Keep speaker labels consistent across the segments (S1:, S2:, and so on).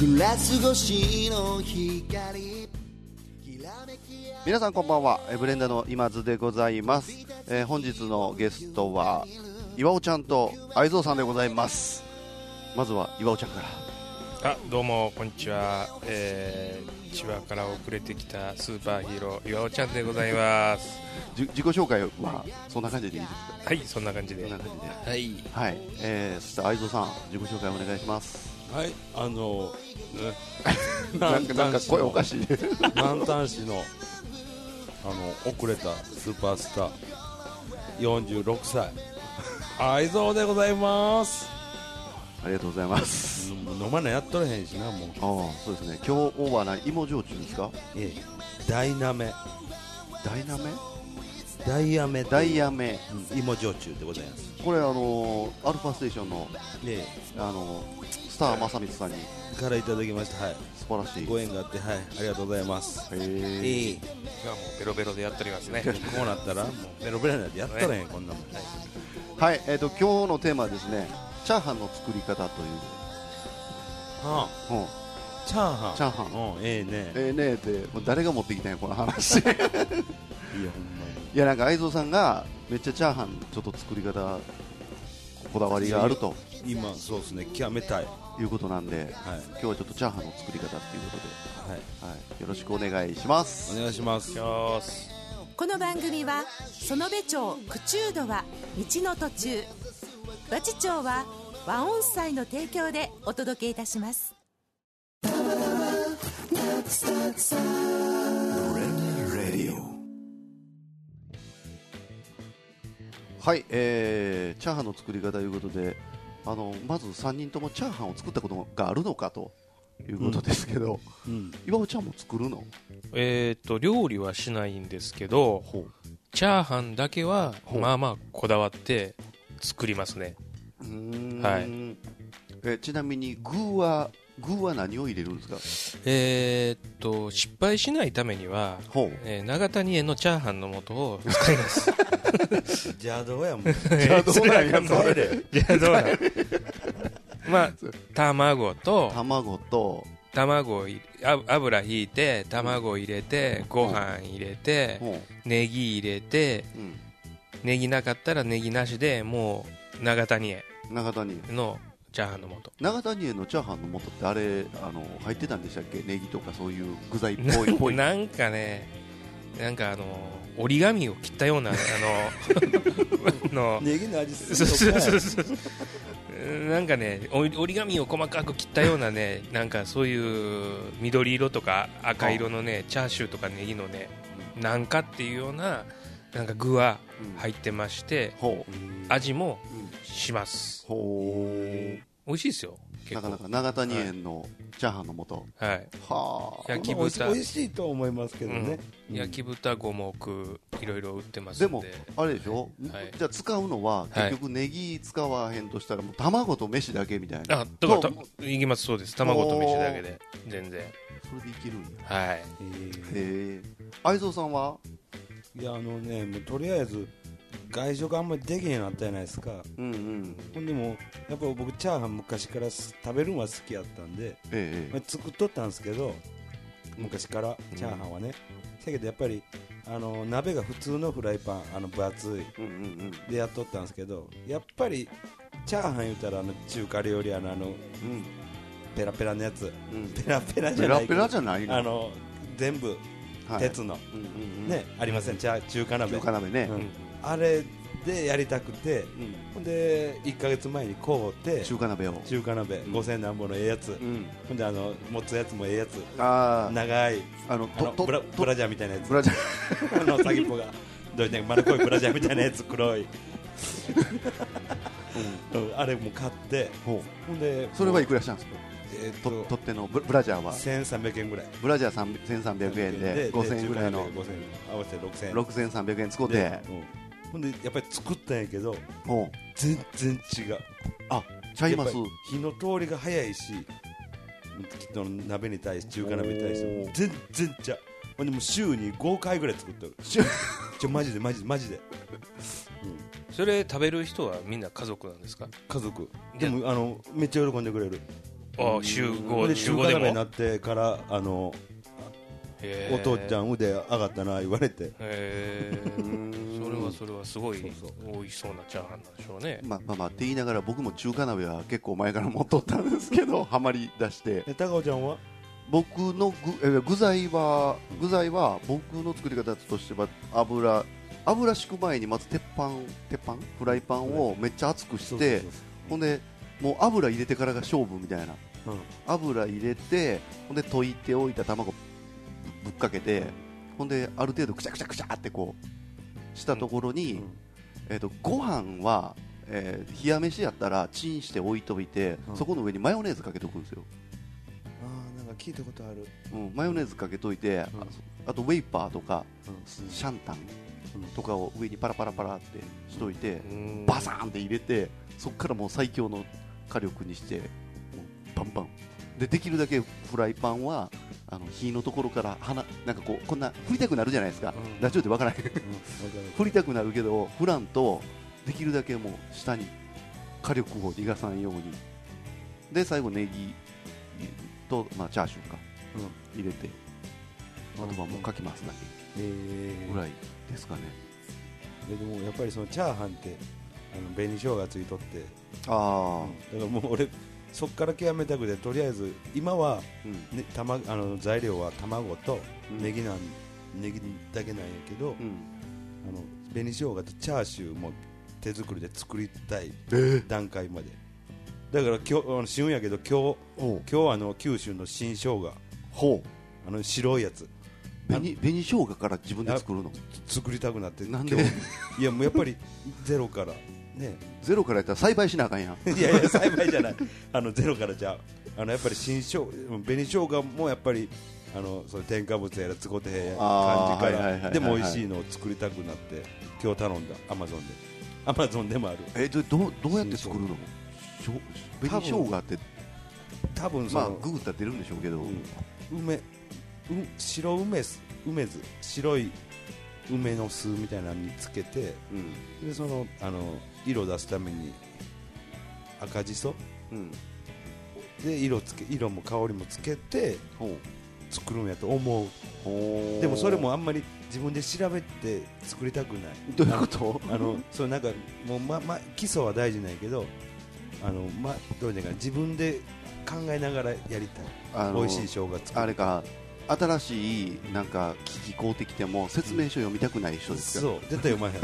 S1: グラス越しの光きらめき合う
S2: 皆さんこんばんはえブレンダーの今津でございます、えー本日のゲストは岩尾ちゃんと愛蔵さんでございますまずは岩尾ちゃんから
S3: あどうもこんにちは、えー、千葉から遅れてきたスーパーヒーロー岩尾ちゃんでございます
S2: じ自己紹介はそんな感じでいいですか
S3: はいそんな感じで
S2: そんな
S3: は
S2: 感じで
S3: い
S2: はい、えー、そして愛蔵さん自己紹介お願いします
S4: はい、あの、 ね、
S2: なんかなんか声おかしい
S4: 南端市の、あの、遅れたスーパースター、46歳、愛蔵でございます。
S2: ありがとうございます
S4: 飲飲まないやっとれへんしな、もう。
S2: ああそうですね今日はな芋焼酎ですか
S4: ええ、ダイナメ、
S2: ダイナメ
S4: ダイヤメ、
S2: ダイヤメ
S4: うん芋焼酎でございます。
S2: これあのーアルファステーションの
S4: え
S2: あのースター正光さんに
S4: え、からいただきました。はい。
S2: 素晴らしい
S4: ご縁があって、はい、ありがとうございます。
S2: へー
S4: ええ、
S3: 今もうベロベロでやっております ね
S4: こうなったら、もう、ベロベロになってやっとれへん、こんなもん。
S2: はい、えー、と今日のテーマはですねチャーハンの作り方という、
S4: は
S2: うん
S4: あ、チャーハン。
S2: チャーハン
S4: うん、ええね。
S2: えー、ねえってもう誰が持ってきたんやこの 話い
S4: いや、ほんまに。
S2: やなんか愛蔵さんがめっちゃチャーハンちょっと作り方こだわりがあると
S4: 今そうですね極めたい
S2: いうことなんで
S4: はい
S2: 今日はちょっとチャーハンの作り方っていうこ
S4: はい
S2: とで、はい、よろしくお願いします
S4: お願いします
S3: よーし
S5: この番組は園部町九中度は道の途中和知町は和音祭の提供でお届けいたします
S2: はい、えーチャーハンの作り方ということであのまず3人ともチャーハンを作ったことがあるのかということですけど、
S4: うん
S2: 岩尾ちゃんも作るの
S3: えっ、と料理はしないんですけどチャーハンだけは
S2: ほう
S3: まあまあこだわって作りますね
S2: うーん
S3: はい
S2: えちなみに具は具は何を入れるんです
S3: えっ、と失敗しないためには
S2: かほう
S3: えー長谷園のチャーハンの素を使います
S4: 邪道やもん
S2: じゃあどうなんや
S3: えー
S2: それ
S3: いやどうなのまあ卵と
S2: 卵と
S3: 卵を入れあ油引いて卵入れてご飯入れて
S2: ほ
S3: ネギ入れて
S2: う、うん、
S3: ネギなかったらネギなしでもう長谷園
S2: 長谷
S3: のチャーハンの素
S2: 長谷のチャーハンの素ってあれあの入ってたんでしたっけネギとかそういう具材っぽいぽい
S3: なんかねなんかあの折り紙を切ったようなあ のあの
S4: ネギの味す
S3: そうそうそ
S4: る
S3: うそうなんかねお折り紙を細かく切ったようなねなんかそういう緑色とか赤色のねチャーシューとかネギのねなんかっていうようななんか具は入ってまして
S2: ほう、
S3: 味も
S2: うん
S3: します
S2: ほう
S3: 美味しいですよ結
S2: なかな
S3: 構
S2: か長谷園のチャーハンの素、
S3: はい
S2: はあ
S3: 焼き
S4: おいし
S3: 豚
S4: 美味しいと思いますけどね、
S3: うん焼き豚五目いろいろ売ってます
S2: で
S3: んで
S2: もあれでしょ、
S3: はい
S2: じゃあ使うのは結局ネギ使わへんとしたらもう卵と飯だけみたいな
S3: あだから
S2: と
S3: たいきますそうです卵と飯だけで全然
S2: それでいけるんや
S3: はい
S4: えー
S2: へえ愛蔵さんはい
S4: やあのねもうとりあえず外食あんまりできへんなったじゃないですか
S2: うんうん
S4: ほんでもやっぱ僕チャーハン昔からす食べるのは好きやったんで、
S2: え
S4: まあ、作っとったんですけど昔からチャーハンはね、だけどやっぱりあの鍋が普通のフライパンあの分厚い
S2: えうんうん
S4: でやっとったんですけどやっぱりチャーハン言うたらあの中華料理屋のあの
S2: うん
S4: ペラペラのやつ
S2: うんうん
S4: ペラペラじ
S2: ペ
S4: ゃな
S2: ラ
S4: いけ
S2: ペ
S4: ど
S2: ラじゃないの
S4: あの全部
S2: はい
S4: 鉄の、
S2: うんうんうん
S4: ねありませんチャー中華鍋
S2: 中華鍋ね
S4: うんあれでやりたくて
S2: うん
S4: ほんで1か月前に買うて
S2: 中華鍋を
S4: 中華鍋
S2: ん
S4: 5000何本のええやつ、
S2: うん
S4: ほんであの持つやつもええやつ
S2: あー
S4: 長い
S2: あの
S4: あの
S2: とと
S4: ブラ
S2: と
S4: ブラジャーみたいなやつ
S2: ブラジャー
S4: あの先っぽがどういて丸っこいブラジャーみたいなやつ黒いうんあれも買って
S2: ほ
S4: ほんで
S2: うそれはいくらしたんですか
S4: えーっ
S2: と
S4: と
S2: 取っ手のブブラジャーは
S4: 1300円ぐらい
S2: ブラジャー3 1300円で5000円ぐらいの
S4: 5000合わせて6000円
S2: 6300円使うて
S4: でうんほんでやっぱり作ったんやけど
S2: ほう
S4: 全然違う
S2: あちゃいます
S4: やっぱり火の通りが早いしきっと鍋に対して中華鍋に対して
S2: おー
S4: 全然ちゃうほんでもう週に5回ぐらい作っとる
S2: 週
S4: ちょマジでマジでマジで
S3: それ食べる人はみんな家族なんですか
S4: 家族
S3: い
S4: で
S3: や
S4: もあのめっちゃ喜んでくれる
S3: あ集合
S4: で
S3: 集
S4: 中
S3: 合
S4: 華
S3: で
S4: 鍋にな
S3: も
S4: ってからあの、
S3: へ
S4: お
S3: ー
S4: 父ちゃん腕上がったな言われて
S3: へーそれはそれはすごい美味しそうなチャーハンなんでしょうね
S2: まあまあまあって言いながら僕も中華鍋は結構前から持っとったんですけ どハマり出して
S4: え高尾ちゃんは
S2: 僕の具え具材は具材は僕の作り方としては油油敷く前にまず鉄板鉄板フライパンをめっちゃ熱くして
S4: そうそう
S2: ほんでもう油入れてからが勝負みたいな、
S4: うん
S2: 油入れてほんで溶いておいた卵ぶぶっかけてほんである程度くちゃくちゃくちゃってこうしたところに、
S4: うん
S2: えー、とご飯は、えー冷や飯やったらチンして置いといて、
S4: うん
S2: そこの上にマヨネーズかけとくんですよ、
S4: ああなんか聞いたことある
S2: うん、マヨネーズかけといて、
S4: うん
S2: ああとウェイパーとか、
S4: うん
S2: シャンタン
S4: うん
S2: とかを上にパラパラパラってしといて、
S3: うん
S2: バサーンって入れてそこからもう最強の火力にしてもうバンバンでできるだけフライパンはあの火のところからはななんかこうこんな振りたくなるじゃないですか、
S3: うん
S2: ラジオってわからない
S4: うんわかる
S2: 振りたくなるけどフランとできるだけもう下に火力を逃がさんようにで最後ネギと、まあ、チャーシューか、入れてあとはもうかき回すだ
S4: え
S2: け
S4: ー
S2: ぐらいですかね、
S4: ででもやっぱりそのチャーハンってあの紅生姜がついとって
S2: ああ
S4: だからもう俺そっから極めたくてとりあえず今は、
S2: うん
S4: ね、たまあの材料は卵と
S2: うん
S4: ネギなん、ネギだけなんやけど、
S2: うん
S4: あの紅生姜とチャーシューも手作りで作りたい段階まで、だから今日あの旬やけど今
S2: おう
S4: 日今日あの九州の新生姜
S2: ほう
S4: あの白いやつ
S2: 紅紅生姜から自分で作るの
S4: つ作りたくなって
S2: なんで
S4: 今日いやもうやっぱり ゼロからね
S2: ゼロからやったら栽培しなあかんやん
S4: いやいや栽培じゃない あのゼロからじゃああのやっぱり新生姜紅生姜もやっぱりあのその添加物やら使ってへん感
S2: あー
S4: じから、
S2: はいはいはいはい
S4: でも美味しいのを作りたくなって今日頼んだアマゾンでアマゾンでもある
S2: えどどうどうやって作るのしょ紅生姜って
S4: 多分そ
S2: まあ
S4: の、
S2: ググったら出るんでしょうけど、
S4: うん梅う白梅酢梅酢白い梅の酢みたいなのにつけて
S2: うん
S4: でそのあの色出すために赤じそ
S2: うん
S4: で色つけ色も香りもつけて
S2: ほ
S4: 作るんやと思う
S2: うほう
S4: でもそれもあんまり自分で調べて作りたくない
S2: どういうこと
S4: あのそれなんかもう、まま、基礎は大事なんやけどあの、ま、どういうのかな自分で考えながらやり
S2: あ
S4: たい
S2: の
S4: 美味しい生姜作る
S2: あれか新しいなんか聞きこうてきても説明書読みたくない人ですから
S4: そう絶対読まへん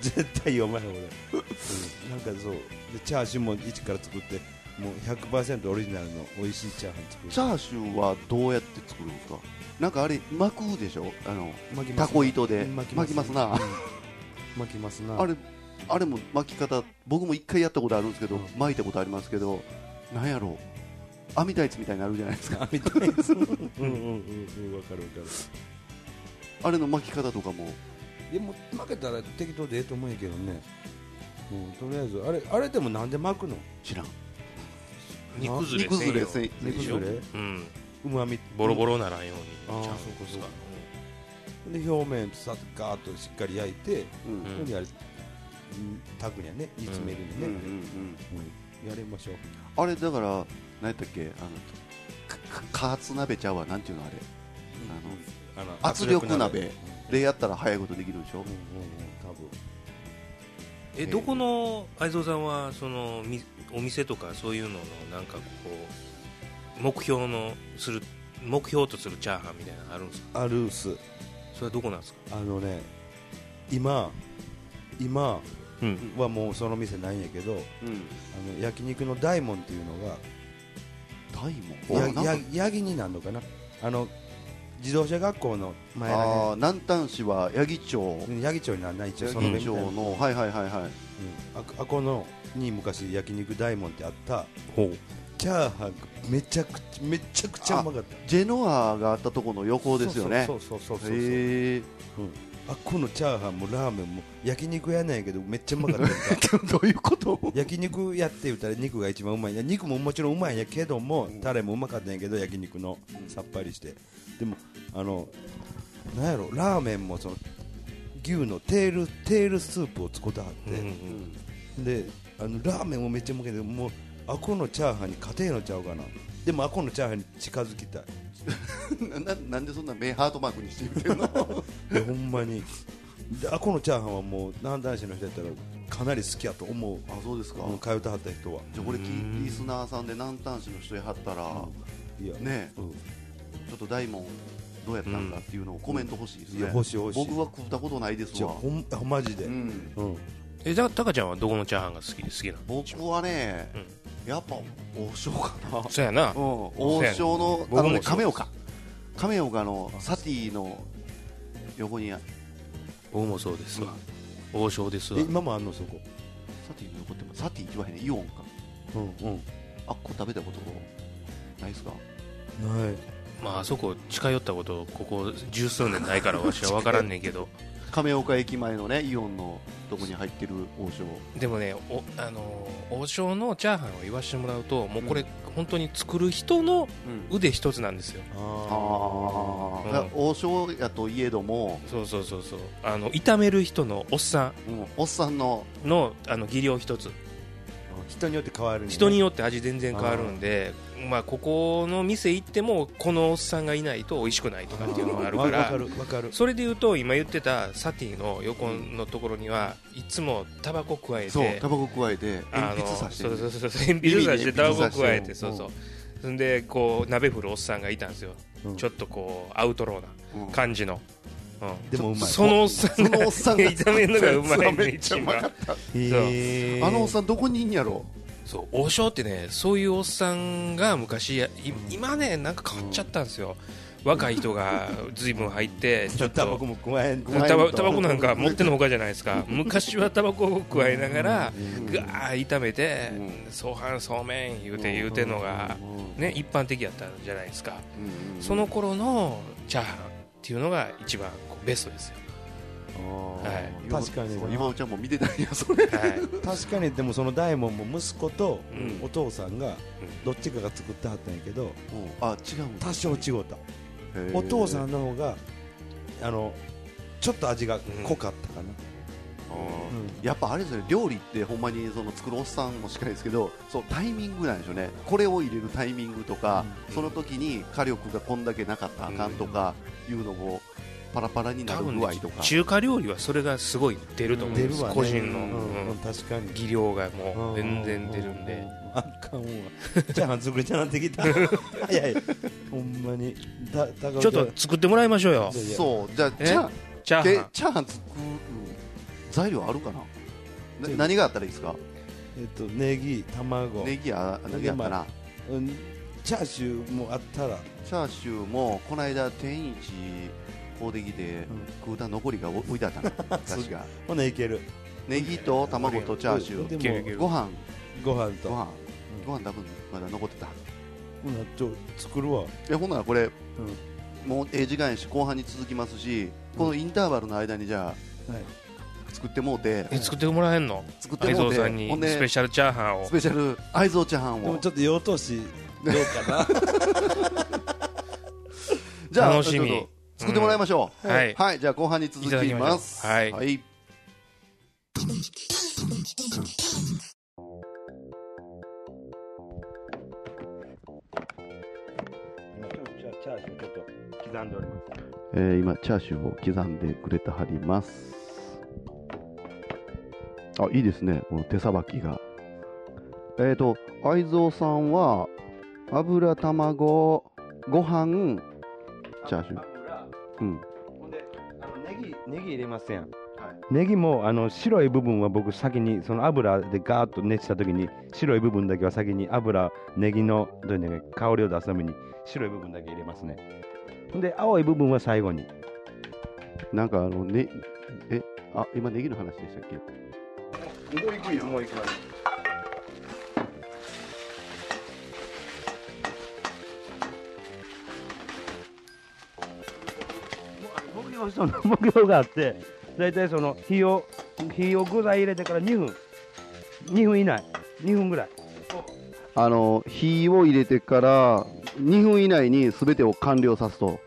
S4: 絶対読まへん俺、うんなんかそうでチャーシューも一から作ってもう100%オリジナルの美味しいチャーハン作る
S2: チャーシューはどうやって作るんですかなんかあれ巻くでしょあの
S4: 巻きま
S2: タ
S4: す
S2: コ糸で
S4: うん
S2: 巻きますな
S4: うん巻きますな
S2: あれあれも巻き方僕も一回やったことあるんですけど、
S4: うん
S2: 巻いたことありますけどなんやろう網タイツみたいになるじゃないですか
S4: あみたいなうんうんうんうんわかるわかる
S2: あれの巻き方とかも
S4: でも負けたら適当でええと思うんやけどね、うん、とりあえずあれあれでもなんで巻くの
S2: 知らん
S3: 煮崩れ
S2: 煮崩れ
S3: せんよ
S2: せん
S4: 煮崩れ
S3: ううん
S4: うまみ
S3: ボロボロならんよう
S4: あー
S3: にちゃん
S4: そうか
S3: と
S4: そ
S3: さ
S4: うかで表面さガーッとしっかり焼いて、
S2: うん
S3: ん
S4: ほんであれうん炊くんやね煮詰めるん
S2: うんう
S4: や
S2: んう
S4: ね、
S2: ん
S4: うんやりましょう
S2: あれだから何やったっけあのかか加圧鍋ちゃうわなんていうのあれ
S4: あの
S2: 圧力鍋
S4: うんうん
S2: でやったら早いことできるでしょ、
S4: うん多分
S3: えどこの愛蔵さんはそのみお店とかそういうののなんかこう目標のする目標とするチャーハンみたいなのあるんですか
S4: あるっす
S3: それはどこなんですか
S4: あのね今今
S3: うん
S4: はもうその店ないんやけど
S2: うん、
S4: あの焼肉の大門っていうのが
S2: 大門な
S4: や
S2: んか
S4: や八木になるのかなあの自動車学校の前
S2: あ
S4: ら
S2: ー南丹市は八木町
S4: へん八木町になんない一応
S2: 八
S4: その
S2: 木町のはいはいはいはい
S4: うんああこのに昔焼肉大門ってあったチャーハンめちゃくちゃめちゃくちゃうまかった
S2: ジェノアがあったとこの横ですよね
S4: そうそうそうそうそうそう
S2: へえ
S4: うんあこのチャーハンもラーメンも焼肉やないけどめっちゃうまかったやんか
S2: どういうこと
S4: 焼肉やって言ったら肉が一番うまいな肉ももちろんうまいんやけどもタレもうまかったんやけど焼肉のさっぱりしてでもあのなんやろラーメンもその牛のテールテールスープを使ってはって、
S3: うん
S4: であのラーメンもめっちゃうまいけどもうアコのチャーハンに家庭のちゃうかなでもアコのチャーハンに近づきたい
S2: ななんでそんな目ハートマークにして言って んの
S4: でほんまにでアコのチャーハンはもう南男子の人やったらかなり好きやと思う
S2: あそうですか、
S4: うん通ってはった人は
S2: じゃあこれきリスナーさんで南端市の人やはったら、
S4: いや
S2: ね
S4: うん
S2: ちょっと大門どうやったんだっていうのをコメント欲しいですね、
S4: いや欲しい欲しい
S2: 僕は食ったことないです
S4: じゃあ
S2: わ
S4: ほんあマジで
S2: う
S4: うん
S2: ん
S3: えだタカちゃんはどこのチャーハンが好き好きなの
S2: 僕はね、やっぱ王将かな、うん、
S3: そうやな
S2: 王将の
S3: 僕も
S2: あの
S3: そう
S2: 亀岡亀岡のサティの横にあ
S3: 僕もそうですわ王将ですわ
S4: え今もあんのそこ
S2: サティの横ってサティ言わへんねイオンか
S4: うんうん
S2: あっこ食べたことないですか
S4: ない
S3: まああそこ近寄ったことここ十数年ないからわしは分からんねんけど
S2: 亀岡駅前のねイオンのとこに入ってる王将
S3: でもねおあのー王将のチャーハンを言わしてもらうともうこれ本当に作る人の腕一つなんですよ
S4: あ
S2: ああ、王将やといえども、
S3: そうそうそうそうあの炒める人のおっさ
S2: うんおっさんの
S3: んのあの技量一つ
S4: あ人によって変わるんやね
S3: 人によって味全然変わるんでまあここの店行ってもこのおっさんがいないと美味しくないとかっていうのがあるか
S4: わ
S3: ら
S4: かるわかる
S3: それで言うと今言ってたサティの横のところにはいつもタバコ加えて
S2: そうタバコ加えて
S3: あ
S2: 鉛
S3: の
S2: 筆さしてる
S3: そうそうそうそう鉛筆さして
S2: 指
S3: タ
S2: で
S3: バ
S2: 鉛筆
S3: コ
S2: さして
S3: 加えてそうそうそんでこう鍋振るおっさんがいたんですよ、
S4: うん
S3: ちょっとこうアウトローな
S2: うん
S3: 感じの、うん
S4: でもうまい
S3: そのおっさん
S2: そ
S3: が
S2: のおっさんが
S3: 炒めるのがうまい
S2: めっちゃうまかっ
S4: へえ
S2: たあのおっさんどこにいんやろ
S3: そう王将ってねそういうおっさんが昔やい今ねなんか変わっちゃったんですよ、若い人が随分入ってちょっ
S4: タバコ
S3: と
S4: も加えん
S2: も
S3: タバタバコなんか持ってのほかじゃないですか昔はタバコを加えながらガーッ炒めて
S2: う
S3: そうはんそうめん言うて言うてのがね一般的やったじゃないですかその頃のチャーハンっていうのが一番こうベストですよ、は
S4: 確かに
S2: そう今おちゃんも見てたんやそれ
S3: はい、
S4: 確かにでもその大門も息子と
S3: うん
S4: お父さんがどっちかが作ってはったんやけど
S2: あ違うんだ
S4: 多少違うた
S2: へー
S4: お父さんの方があのちょっと味が濃かったかな
S2: あーやっぱあれですね料理ってほんまにその作るおっさんもしかりですけどそうタイミングなんでしょうねこれを入れるタイミングとかその時に火力がこんだけなかったらあかんとかいうのをパラパラにな
S3: 多
S2: る
S3: 分
S2: 具合
S3: ね
S2: とか
S3: 中華料理はそれがすごい出ると思うんで
S4: 出る
S3: す、
S4: わね
S3: 個人の、
S4: う
S3: うん
S4: んうん確かに
S3: 技量がもう全然出るん
S4: う
S3: で
S4: うあかんわチャーハン作れちゃなっ てきたいやいやほんまにだだから
S3: ちょっと作ってもらいましょうよ
S4: いやいや
S2: そうじゃあ
S3: え
S2: チャー
S3: チャー
S2: で
S3: ハン
S2: チャーハン作る材料あるかなな
S4: 全部
S2: 何があったらいいですか
S4: えっとネギ卵
S2: ネギあネギあったな
S4: うんチャーシューもあったら
S2: チャーシューもこの間天一こうできて
S4: ん
S2: 食うた残りが置いてあったな確か
S4: ほないける
S2: ネギと卵とチャーシュー
S4: でも
S3: いけるいける
S2: ご飯
S4: ご飯と
S2: ご飯ご飯多分まだ残ってた
S4: ほなちょ作るわ
S2: えほんならこれもうええ時間やし後半に続きますしこのインターバルの間にじゃ
S4: はい
S2: あ作ってもうて
S3: え作ってもらえんの
S2: 作って
S3: 愛
S2: もう
S3: 蔵
S2: て
S3: さん
S2: ほ
S3: に
S2: ん
S3: スペ
S2: で
S3: シャルチャーハンを
S2: スペシャル愛蔵チャーハン
S4: でも
S2: を
S4: ちょっと用途しどうかな
S2: じゃあ
S3: 楽しみ
S2: ちょっと作ってもらいましょう、
S3: うんはい
S2: じゃあ後半に続
S3: いただ
S2: き
S3: きま
S2: ま
S3: し
S2: す
S3: ょうはい
S2: はい
S4: チャーシューちょっと刻んでおります
S2: えー今チャーシューを刻んでくれてはりますあいいですねこの手さばきがえっ、ー、と愛蔵さんは油卵ご飯チャーシューうん
S4: ほんであのネギネギ入れますやん、ネギもあの白い部分は僕先にその油でガーッと熱した時に白い部分だけは先に油ネギのどういうのや香りを出すために白い部分だけ入れますねほんで青い部分は最後に
S2: なんかあのねえあ今ネギの話でしたっけ
S4: もういくよもういくよ目標その 目標があって大体その火を火を具材入れてから2分2分以内2分ぐらい
S2: あの火を入れてから2分以内に全てを完了さすと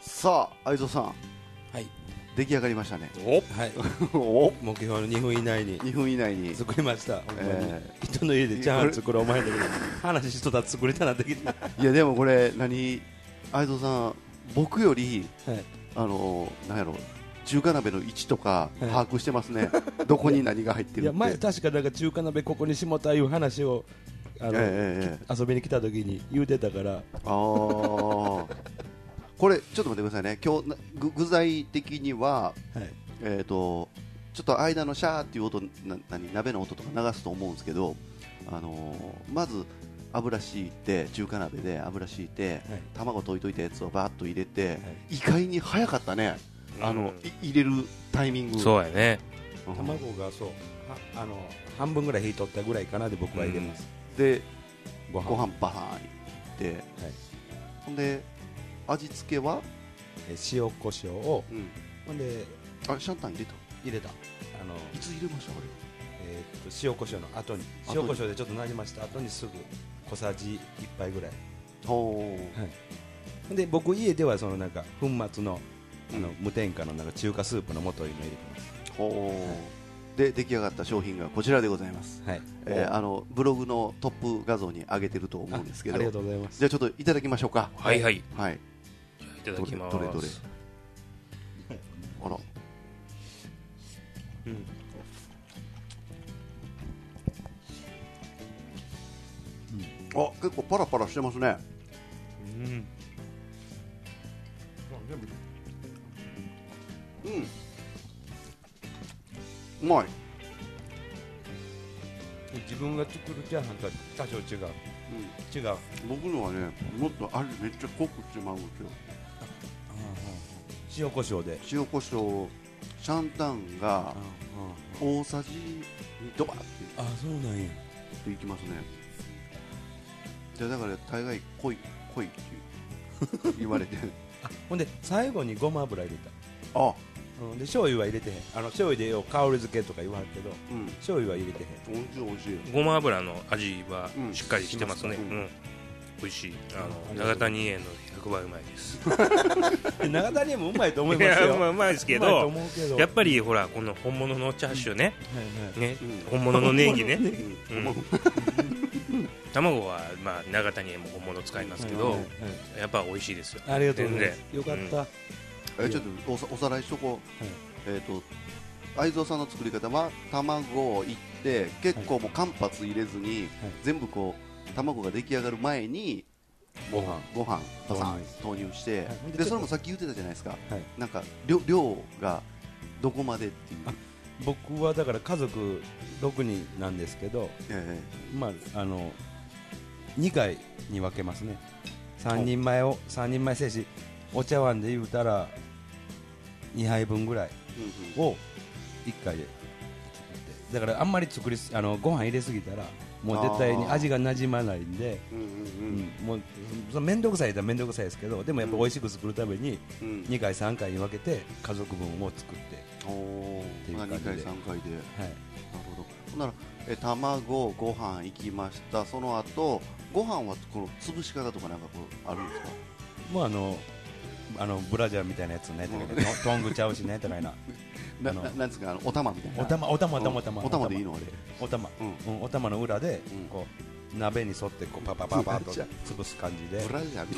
S2: さあ相蔵さん
S6: はい
S2: 出来上がりましたね
S3: お
S4: はい
S2: お
S4: 目標の2分以内に
S2: 2分以内に
S4: 作りました、ほんまに
S2: え
S4: 人の家でチャーハン作るお前だ けど話しとったら作れたなできた、
S2: いやでもこれ何相蔵さん僕よりあのなんやろ中華鍋の位置とか
S4: はい
S2: 把握してますね、どこに何が入って
S4: い
S2: る
S4: や前
S2: って
S4: 確かなんか中華鍋ここにしもたいう話をあの、
S2: ええええ
S4: 遊びに来た時に言うてたから
S2: あーこれちょっと待ってくださいね今日な具具材的には
S4: はい
S2: えっ、とちょっと間のシャーっていう音な何鍋の音とか流すと思うんですけどあのーまず油敷いて中華鍋で油敷いて、
S4: はい
S2: 卵溶いといたやつをバーッと入れて、意外に早かったねあの、い入れるタイミング
S3: そうやね
S2: うん
S4: 卵がそうはあの半分ぐらい火取ったぐらいかなで僕は入れます、
S2: で
S4: ご飯
S2: ご飯バーンいってほんで味付けは、
S4: え塩コショウをほんで
S2: あシャンタン入れた
S4: 入れたあの、
S2: いつ入れましたこれ
S4: えーっと塩コショウの後に
S2: 後に
S4: 塩コショウでちょっとなじました後にすぐ小さじ1杯ぐらい
S2: ほ
S4: ほんで僕家ではそのなんか粉末のあの、
S2: うん
S4: 無添加のなんか中華スープの素を入れてます
S2: うほうで出来上がった商品がこちらでございます、
S4: はい、
S2: えーあのブログのトップ画像に上げてると思うんですけ
S4: あありが
S2: ど
S4: とうございます
S2: じゃあちょっといただきましょうか
S3: はいはい
S2: はい
S3: いただきます
S2: どれどれどれあらあ結構パラパラしてますね
S3: うん
S2: うまい
S4: 自分が作るチャーハンとは多少違う、違う
S2: 僕のはねもっと味めっちゃ濃くしてまうんですよ
S4: 塩コショウで
S2: 塩コショウシャンタンが大さじにドバッ
S4: あそうなんや
S2: ていきますねじゃあだから大概濃い濃いっていう言われて
S4: ほんで最後にごま油入れた
S2: あ
S4: うん、で醤油は入れてへんあの醤油でよう香り付けとか言わはるけど
S2: うん
S4: 醤油は入れてへん
S2: 美味しい美味しい
S3: ごま油の味は
S2: うん
S3: しっかりしてますね、
S2: します
S3: う
S2: ね
S3: ん美味しいあ
S4: あり
S3: の
S4: がと
S3: 永
S4: うございます
S3: 谷園の100倍うまいです
S4: で 長谷もうまいと思 い
S3: い
S4: ますよ
S3: やまあうまいですけ
S4: うまいと
S3: ど
S4: 思うけど
S3: やっぱりほらこの本物のチャーシューね,、
S4: はいはい
S3: ね
S2: うん
S3: 本物のネギね、
S2: う
S3: うん
S2: ん、
S3: 卵は、まあ、長谷園も本物使いますけど、
S4: はいはい
S3: やっぱ美味しいですよ
S4: ありがとうございます
S3: 全
S4: よ
S3: 然
S4: かった、
S2: えちょっとおさおさらいしとこう、えっ、と相蔵さんの作り方は卵をいって結構もう間髪入れずに、
S4: はい
S2: 全部こう卵が出来上がる前に
S4: ご飯
S2: ご飯バサン投入して、
S4: はい
S2: でそれもさっき言ってたじゃないですか、
S4: はい
S2: なんか量量がどこまでっていう
S4: あ、僕はだから家族6人なんですけど
S2: え
S4: まああの2回に分けますね3人前を3人前せいしお茶碗で言うたら2杯分ぐらい
S2: えうんうん
S4: を1回で作ってだからあんまり作りすあのご飯入れすぎたらもう絶対に味がなじまないんで
S2: うんうん
S4: うんもうその面倒くさいと面倒くさいですけどでもやっぱ美味しく作るために
S2: うん
S4: 2回3回に分けて家族分を作って、
S2: お
S4: て
S2: ー
S4: いう
S2: まあ
S4: 感じで
S2: 2回3回でなる
S4: はい、
S2: ほどほんならえ卵ご飯いきましたその後ご飯はこの潰し方とかなんかこうあるんですか
S4: もうあのあのブラジャーみたいなやつねとかねトトングちゃうしねとかいな
S2: な
S4: あの
S2: ななんつうかあのお玉みたいな
S4: お玉お玉お
S2: うん
S4: 玉お玉
S2: お玉でいいのあれ
S4: お玉
S2: う
S4: うんお玉の裏で
S2: うん
S4: こう鍋に沿ってこうパパパパッと潰す感じで
S2: ブラジャーみ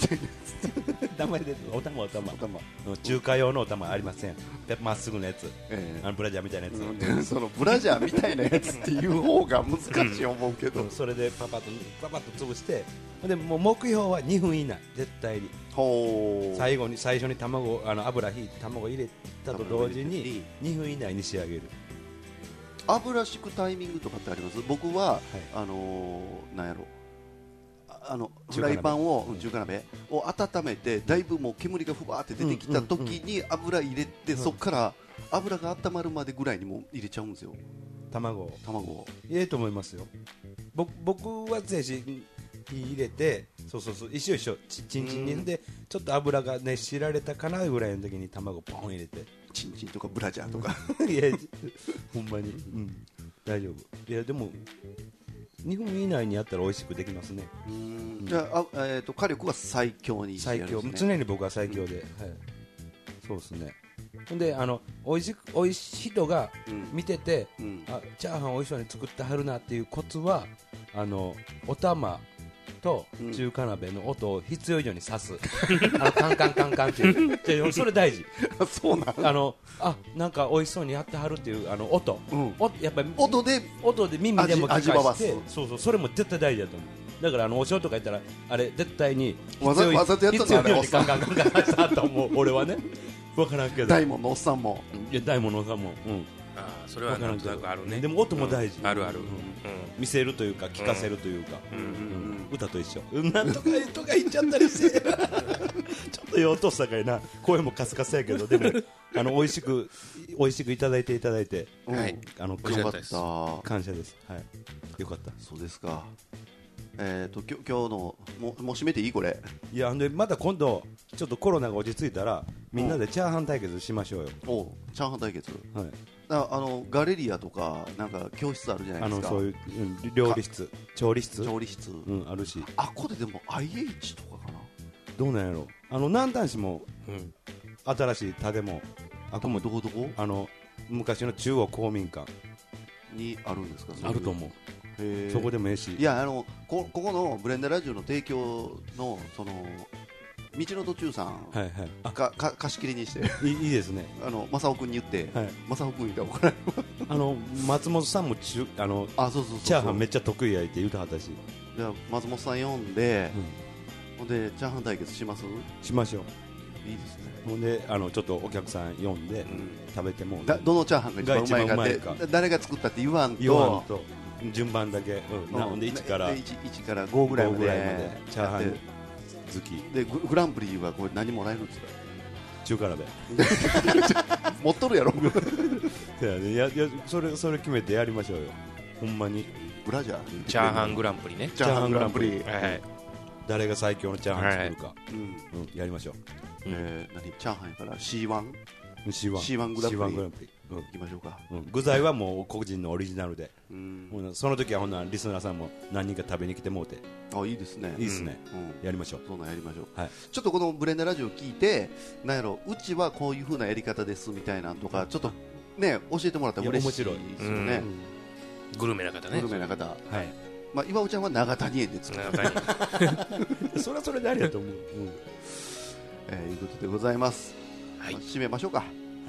S2: たいな
S4: 玉でお玉お玉
S2: お玉
S4: の中華用のお玉ありませんでまっすぐのやつ
S2: え
S4: あのブラジャーみたいなやつ、
S2: えうんそのブラジャーみたいなやつっていう方が難しい思うけど
S4: それでパパッとパパッと潰してでもう目標は2分以内絶対に
S2: ほう
S4: 最後に最初に卵あの油引いて卵入れたと同時に2分以内に仕上げる
S2: 油敷くタイミングとかってあります僕は、
S4: い
S2: あのーなんやろああのフ
S4: 中華
S2: ラ
S4: 鍋
S2: イパンを
S4: うん
S2: 中華鍋を温めてだいぶもう煙がふわーって出てきた時に油入れて、そっから油が温まるまでぐらいにもう入れちゃうんですよ
S4: 卵を
S2: 卵を
S4: ええと思いますよぼ僕はぜひ火入れてそうそうそう一緒一緒ちちんちんにでちょっと油が熱しられたかなぐらいの時に卵ポン入れて
S2: チンチンとかブラジャーとか
S4: いやほんまに、うん、大丈夫いやでも2分以内にやったら美味しくできますね
S2: じゃああえー、と火力は最強にしてや
S4: 最
S2: る
S4: 強
S2: んですね
S4: 常に僕は最強で、はい、そうですねほんであの美味しく美味しい人が
S2: うん
S4: 見てて、
S2: うん
S4: あチャーハン美味しそうに作ってはるなっていうコツはあのお玉と
S2: うん
S4: 中華鍋の音を必要以上に刺す、 あのカンカンカンカンっていうじゃあそれ大事
S2: あ そうなん
S4: あのあなんか美味しそうにやってはるっていうあの音、
S2: うん
S4: おやっぱり
S2: 音で
S4: 音で耳でも
S2: 味味
S4: 聞
S2: わ
S4: か
S2: わ
S4: せて
S2: す
S4: そうそうそれも絶対大事だと思うだからあのお塩とか言ったらあれ絶対に
S2: わざ
S4: 必要
S2: わざとやったの
S4: 必要以上
S2: あれお
S4: に
S2: っさ
S4: ガン
S2: ん
S4: ガンガンガン出したと思う俺はね分からんけど
S2: 大門のおっさんも
S4: いや大物さんも、うん、
S3: あーそれはなんとなくあるね
S4: でも音も大事、
S3: うんあるある、
S4: う
S3: うんん
S4: 見せるというか聞かせるというか、
S3: うん
S4: うん歌と一緒、うん、なんとかとか言っちゃったりしてちょっと用途したかいな声もカスカスやけどでもあの美味しく美味しくいただいていただいて、
S2: うん
S3: はい
S4: あの
S3: 美味し
S2: よ
S3: か
S2: か
S3: っ
S2: った
S3: です
S2: た
S4: 感謝です、はい、よかった
S2: そうですかえっときょ今日のももう締めていいこれ
S4: いやでまた今度ちょっとコロナが落ち着いたらみんなでチャーハン対決しましょうよ、
S2: おチャーハン対決
S4: はい、
S2: ああのガレリアとかなんか教室あるじゃな
S4: あ
S2: いです
S4: の
S2: か
S4: そういううん料理室調理室
S2: 調理室、
S4: うん、あるし
S2: あここででも IH とかかな
S4: どうなんやろあの南丹市も
S3: うん
S4: 新しい建物あこ
S2: でも
S4: も
S2: どこどこ
S4: あの昔の中央公民館
S2: にあるんですか
S4: あると思う、
S2: ういうへー
S4: そこでもええし
S2: いやあのこここのブレンダラジオの提供のその道の途中さん、
S4: はいはいあ
S2: かか貸し切りにして
S4: いいいですね
S2: あの正雄君に言って、
S4: はい
S2: 正雄君に言ったら怒られる
S4: あの松本さんも中あの
S2: あそうそうそうそう
S4: チャーハンめっちゃ得意やいって言うてはったし、
S2: じゃあ松本さん呼んで
S4: う、ん
S2: ほんでチャーハン対決します
S4: しましょう
S2: いいですね、
S4: ほんであのちょっとお客さん呼んで食べてもう
S2: だどのチャーハンが一番うまいかって
S4: が一番うまいか
S2: だ誰が作ったって言わんと
S4: 言わんと順番だけ、うん、な
S2: うん
S4: で1から
S2: で一一から5ぐらいまで
S4: 五ぐらいまでチャーハン
S2: やって
S4: 好き
S2: でググランプリはこれ何もらえるんですか
S4: 中華鍋
S2: 持っとるや ろ
S4: いやいやいやそれそれ決めてやりましょうよほんまに
S2: ブラジャー
S3: チャーハングランプリね
S2: チャーハングランプリ
S3: はいはい
S4: 誰が最強のチャーハン作るか、
S2: うん
S4: うん、やりましょう
S2: えー、何チャーハンやから C1
S4: C1,
S2: C1 グランプリ
S4: C1 グランプリうん
S2: いきましょうか、
S4: うん具材はもう個人のオリジナルで、
S2: うん、
S4: ほなその時はほんならリスナーさんも何人か食べに来てもうて
S2: あいいですね
S4: いいっすね、
S2: うん
S4: やりましょう
S2: そんなんやりましょう、
S4: はい
S2: ちょっとこのブレンダラジオ聞いてなんやろうちはこういう風なやり方ですみたいなんとかちょっとね教えてもらったら嬉しい
S4: いや
S2: で
S4: 面
S2: す
S4: 白い
S2: よね
S3: うんグルメな方
S2: グ
S3: ね
S2: ルメな方、
S4: はい
S2: まあ、岩尾ちゃんは長谷園で作る、
S3: 中に
S4: それはそれでありだと思う、
S2: えーいうことでございます、
S3: はい
S2: まあ締めましょうか
S4: は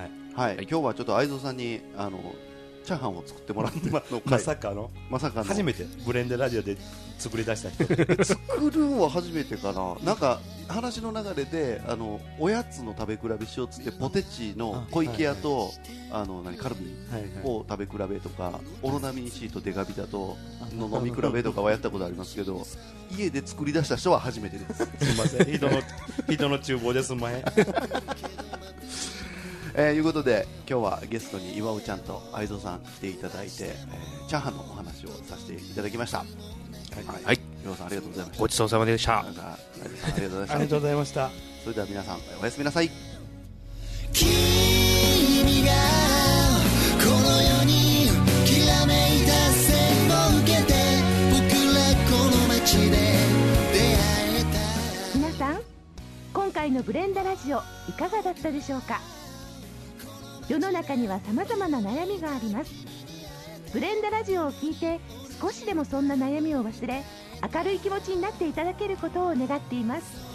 S4: い、
S2: はい
S3: はい
S2: 今日はちょっと愛蔵さんにあのチャーハンを作ってもらってまの
S4: ま
S2: 回
S4: さかの
S2: まさかの
S4: 初めてブレンデラジオで作り出した人
S2: 作るんは初めてかな、なんか話の流れであのおやつの食べ比べしようっつってポテチの小池屋とあの何カルビを食べ比べとかオロナミン C とデカビタとの飲み比べとかはやったことありますけど家で作り出した人は初めて です、
S4: すいません人の人の厨房ですんまへん
S2: えーいうことで今日はゲストに岩尾ちゃんと愛蔵さん来ていただいて、えーチャーハンのお話をさせていただきました、はい
S3: はい
S2: 岩尾さんありがとうございました
S3: ごちそうさまでした
S2: なんか愛蔵さんありがとうござ
S4: あ
S2: いま
S4: りが
S2: し
S4: と
S2: た
S4: うございました
S2: それでは皆さんおやすみなさい
S1: 君がこの世にきらめいた線を受けて僕らこの街で出会えた
S5: 皆さん今回の「ブレンダラジオ」いかがだったでしょうか世の中には様々な悩みがありますブレンダラジオを聞いて少しでもそんな悩みを忘れ明るい気持ちになっていただけることを願っています